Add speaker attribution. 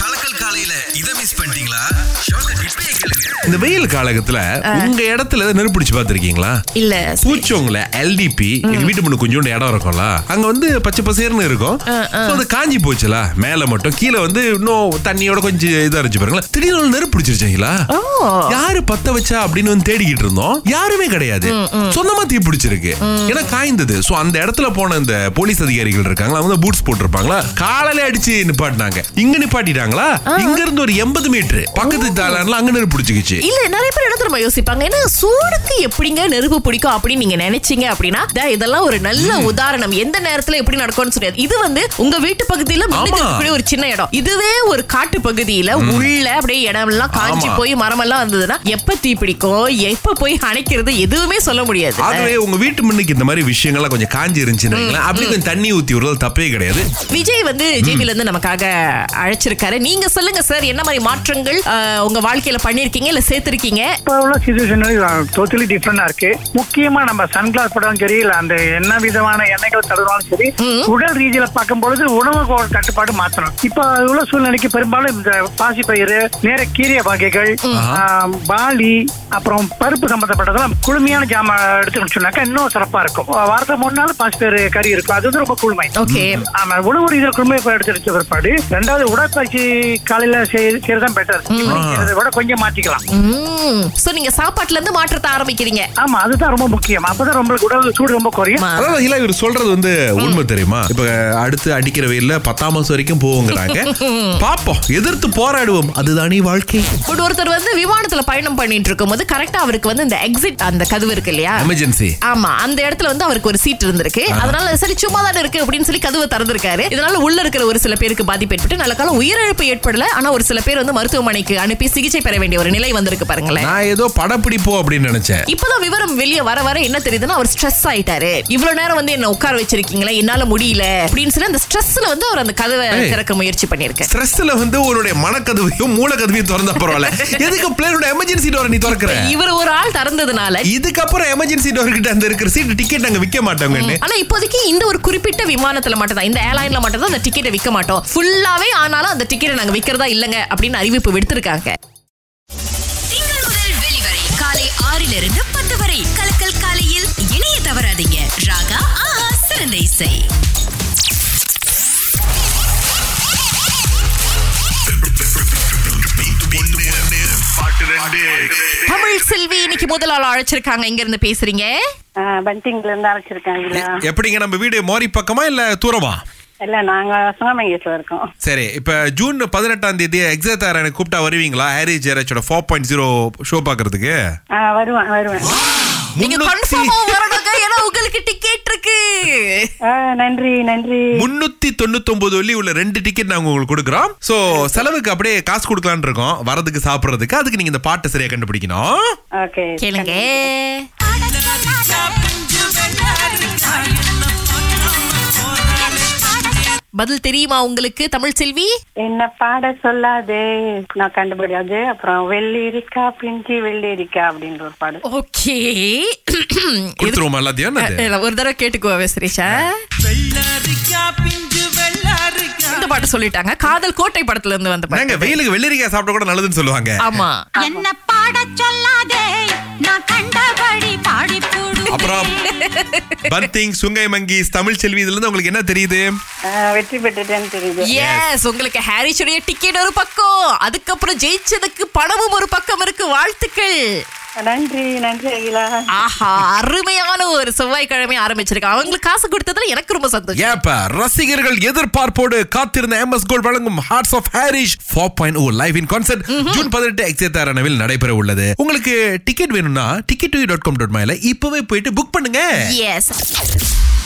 Speaker 1: கலக்கல் காலையில இதை மிஸ் பண்ணிட்டீங்களா ஷோக்க இப்பயே கேளுங்க
Speaker 2: இந்த வெயில் காலகத்துல உங்க இடத்துல ஏதாவது நெருப்பிடிச்சு பாத்திருக்கீங்களா
Speaker 3: இல்ல
Speaker 2: பூச்சி உங்கள எல்டிபி எங்க வீட்டு முன்ன கொஞ்சோண்டு இடம் இருக்கும்ல அங்க வந்து பச்சை பசேர்னு இருக்கும் So, அது காஞ்சி போச்சுல மேல மட்டும் கீழே வந்து இன்னும் தண்ணியோட கொஞ்சம் இதா இருந்துச்சு பாருங்களேன் திடீர்னு ஒரு நெருப்பு பிடிச்சிருச்சீங்களா யாரு பத்த வச்சா அப்படின்னு வந்து தேடிக்கிட்டு இருந்தோம் யாருமே கிடையாது சொந்தமா தீ பிடிச்சிருக்கு ஏன்னா காய்ந்தது சோ அந்த இடத்துல போன இந்த போலீஸ் அதிகாரிகள் இருக்காங்களா அவங்க பூட்ஸ் போட்டிருப்பாங்களா காலையில அடிச்சு நிப்பாட்டினாங்க இங்க நிப்பாட்டிட்டாங்களா இங்க இருந்து ஒரு எண்பது மீட்டர் பக்கத்து தாய்லாந்துல அங்க நெருப்பு பிடிச்சிக்கிச்சு
Speaker 3: இல்ல நிறைய பேர் என்ன தெரியுமா யோசிப்பாங்க ஏன்னா சூடுக்கு எப்படிங்க நெருப்பு பிடிக்கும் அப்படின்னு நீங்க நினைச்சீங்க அப்படின்னா "தே, இதெல்லாம் ஒரு நல்ல உதாரணம் எந்த நேரத்துல எப்படி நடக்கும்னு தெரியாது இது வந்து உங்க வீட்டு பகுதியில மின்னுக்கு
Speaker 2: ஆமா.
Speaker 3: இருக்கக்கூடிய ஒரு சின்ன இடம் இதுவே ஒரு காட்டு பகுதியில உள்ள அப்படியே இடம் எல்லாம் காஞ்சி
Speaker 2: ஆமா.
Speaker 3: போய் மரம் எல்லாம் வந்ததுன்னா எப்ப தீ பிடிக்கும் எப்ப போய் அணைக்கிறது எதுவுமே சொல்ல முடியாது
Speaker 2: ஆகவே உங்க வீட்டு முன்னுக்கு இந்த மாதிரி விஷயங்கள்லாம் கொஞ்சம் காஞ்சி இருந்துச்சுன்னு வைங்களேன். அப்படி கொஞ்சம் தண்ணி ஊத்தி விடுறது தப்பே கிடையாது
Speaker 3: விஜய் வந்து ஜேபில இருந்து நமக்காக அழைச்சிருக்காரு நீங்க சொல்லுங்க சார் என்ன மாதிரி மாற்றங்கள் அஹ், உங்க வாழ்க்கையில பண்ணிருக்கீங்க இல்ல சேர்த்திருக்கீங்க
Speaker 4: இப்போ உள்ள சுச்சுவேஷன் டோட்டலி டிஃப்ரெண்டா இருக்கு முக்கியமா நம்ம சன்கிளாஸ் போட்டாலும் சரி இல்ல அந்த என்ன விதமான எண்ணெய்கள் தடவினாலும் சரி உடல் ரீதியில பார்க்கும்பொழுது உணவு கோ- கட்டுப்பாடு மாற்றணும் இப்போ உள்ள சூழ்நிலைக்கு பெரும்பாலும் இந்த பாசிப்பயிறு நேர கீரை வகைகள் ஆம், barley அப்புறம் பருப்பு சம்பந்தப்பட்டதெல்லாம் குளுமையான ஜாம எடுத்து குடிச்சோம்னாக்கா இன்னும் சிறப்பா இருக்கும் வாரத்துக்கு மூணு நாள் பாசிப்பயிறு கறி இருக்கும் அது வந்து ரொம்ப குளுமை
Speaker 3: ஓகே
Speaker 4: ஆமா உணவு ரீதியில் குடும்ப எடுத்து வச்ச பிற்பாடு ரெண்டாவது உடற்பயிற்சி காலையில செய்ய- செய்யறதுதான் பெட்டர் செய்யறதை விட கொஞ்சம் மாத்திக்கலாம்
Speaker 3: சோ நீங்க சாப்பாட்டுல இருந்து மாற்றத்தை ஆரம்பிக்கிறீங்க
Speaker 4: ஆமா அதுதான் ரொம்ப முக்கியம் அப்பதான் ரொம்ப உடல் சூடு ரொம்ப குறையும்
Speaker 3: ஆமா.
Speaker 2: அதாவது இல்ல இவர் சொல்றது வந்து உண்மை தெரியுமா இப்ப அடுத்து அடிக்கிற வெயில்ல பத்தாம் மாசம் வரைக்கும் போவோங்கிறாங்க பாப்போம் எதிர்த்து போராடுவோம் அதுதானே வாழ்க்கை
Speaker 3: ஒரு ஒருத்தர் வந்து விமானத்துல பயணம் பண்ணிட்டு இருக்கும்போது கரெக்டா அவருக்கு வந்து இந்த எக்ஸிட் அந்த கதவு இருக்கு இல்லையா
Speaker 2: எமர்ஜென்சி
Speaker 3: ஆமா அந்த இடத்துல வந்து அவருக்கு ஒரு சீட் இருந்திருக்கு அதனால சரி சும்மா தானே இருக்கு அப்படின்னு சொல்லி கதவை திறந்திருக்காரு இதனால உள்ள இருக்கிற ஒரு சில பேருக்கு பாதிப்பு ஏற்பட்டு நல்ல காலம் உயிரிழப்பு ஏற்படல ஆனா ஒரு சில பேர் வந்து மருத்துவமனைக்கு அனுப்பி சிகிச்சை பெற வேண்டிய ஒரு நிலை வந்திருக்கு பாருங்களேன்
Speaker 2: நான் ஏதோ படப்பிடிப்போம் அப்படின்னு நினைச்சேன்
Speaker 3: இப்பதான் விவரம் வெளியே வர வர என்ன தெரியுதுன்னா அவர் ஸ்ட்ரெஸ் ஆயிட்டாரு இவ்வளவு நேரம் வந்து என்ன உட்கார வச்சிருக்கீங்களே என்னால முடியல அப்படின்னு சொல்லி அந்த ஸ்ட்ரெஸ்ல வந்து அவர் அந்த கதவை
Speaker 2: ஏய்.
Speaker 3: திறக்க முயற்சி பண்ணிருக்காரு
Speaker 2: ஸ்ட்ரெஸ்ல வந்து உன்னுடைய மனக்கதவையும் மூலக்கதவையும் திறந்தா பரவாயில்ல எதுக்கு பிளேனோட எமர்ஜென்சி டோரை நீ திறக்கிற
Speaker 3: இவர் ஒரு ஆள் திறந்ததுனால
Speaker 2: இதுக்கப்புறம் எமர்ஜென்சி டோர் கிட்ட அந்த இருக்கிற சீட் டிக்கெட் நாங்க விற்க மாட்டோங்கன்னு
Speaker 3: ஆனா இப்போதைக்கு இந்த ஒரு குறிப்பிட்ட விமானத்துல மட்டும் தான் இந்த ஏர்லைன்ல மட்டும் தான் அந்த டிக்கெட்டை விற்க மாட்டோம் ஃபுல்லாவே ஆனாலும் அந்த டிக்கெட்டை நாங்க விக்கிறதா இல்லங்க அப்படின்னு அறிவிப்பு விடுத்திருக்காங்க
Speaker 5: திங்கள் முதல் வெளிவரை காலை ஆறிலிருந்து பத்து வரை கலக்கல் காலையில் இணைய தவறாதீங்க ராகா ஆஹா சிறந்த இசை
Speaker 3: தமிழ் செல்வி இன்னைக்கு முதல் ஆள் அழைச்சிருக்காங்க இங்க இருந்து பேசுறீங்க
Speaker 6: ஆ, பண்டிங்ல இருந்து அழைச்சிருக்காங்களா
Speaker 2: எப்படிங்க நம்ம வீடு மோரி பக்கமா இல்ல தூரமா
Speaker 6: இல்ல நாங்க சுங்கமங்கேஸ்ல இருக்கோம்
Speaker 2: சரி இப்ப ஜூன் பதினெட்டாம் தேதி எக்ஸாத்தார் எனக்கு கூப்பிட்டா வருவீங்களா ஹாரி ஜெயராஜோட ஃபோர் பாயிண்ட் ஜீரோ ஷோ பாக்குறதுக்கு
Speaker 6: ஆ, வருவேன் வருவேன்
Speaker 3: நீங்க கன்ஃபார்மா வரணுங்க ஏன்னா உங்களுக்கு டிக்கெட் இருக்கு
Speaker 6: ஆ, நன்றி நன்றி
Speaker 2: முன்னூத்தி தொண்ணூத்தொன்பது வெள்ளி உள்ள ரெண்டு டிக்கெட் நாங்க உங்களுக்கு கொடுக்குறோம் சோ செலவுக்கு அப்படியே காசு கொடுக்கலாம்னு இருக்கோம் வரதுக்கு சாப்பிடுறதுக்கு அதுக்கு நீங்க இந்த பாட்டை சரியா கண்டுபிடிக்கணும்
Speaker 6: ஓகே
Speaker 3: கேளுங்க பதில் தெரியுமா உங்களுக்கு தமிழ் செல்வி
Speaker 6: என்ன பாட சொல்லாதே நான் கண்டுபிடியாது அப்புறம் வெள்ளேரிக்கா பிஞ்சி வெள்ளேரிக்கா அப்படின்ற ஒரு பாடு
Speaker 3: ஓகே
Speaker 2: கொடுத்துருவோமா எல்லாத்தையும் என்னது?
Speaker 3: ஒரு தடவை கேட்டுக்குவா ஸ்ரீஷா
Speaker 7: வெள்ளரிக்கா பிஞ்சு வெள்ளரிக்கா
Speaker 3: இந்த பாட்டு சொல்லிட்டாங்க காதல் கோட்டை படத்துல இருந்து வந்த
Speaker 2: என்னங்க
Speaker 3: பாட்டு
Speaker 2: வெயிலுக்கு வெள்ளரிக்காய் சாப்பிட கூட நல்லதுன்னு சொல்லுவாங்க
Speaker 3: ஆமா
Speaker 5: என்ன பாட சொல்லாதே நான் கண்டபடி பாடி போடு
Speaker 2: அப்புறம் Banting Sungai Mangis Tamil Selvi இதுல இருந்து உங்களுக்கு என்ன தெரியுது
Speaker 6: ஆ, வெற்றி பெற்றுட்டேன்னு தெரியுது
Speaker 3: எஸ் உங்களுக்கு ஹாரிஸுடைய டிக்கெட் ஒரு பக்கம் அதுக்கப்புறம் ஜெயிச்சதுக்கு பணமும் ஒரு பக்கம் இருக்கு வாழ்த்துக்கள்
Speaker 6: நன்றி நன்றி அகிலா
Speaker 3: ஆஹா அருமையான ஒரு செவ்வாய்க்கிழமை ஆரம்பிச்சிருக்கு அவங்களுக்கு காசு கொடுத்ததுல எனக்கு ரொம்ப சந்தோஷம்
Speaker 2: ஏப்ப ரசிகர்கள் எதிர்பார்ப்போடு காத்திருந்த எம் எஸ் கோல் வழங்கும் hearts of Harris four point o live in concert June பதினெட்டு எக்ஸேத்தாரனவில் நடைபெற உள்ளது உங்களுக்கு டிக்கெட் வேணும்னா டிக்கெட் டாட் காம் டாட் இப்பவே போயிட்டு புக் பண்ணுங்க
Speaker 3: எஸ்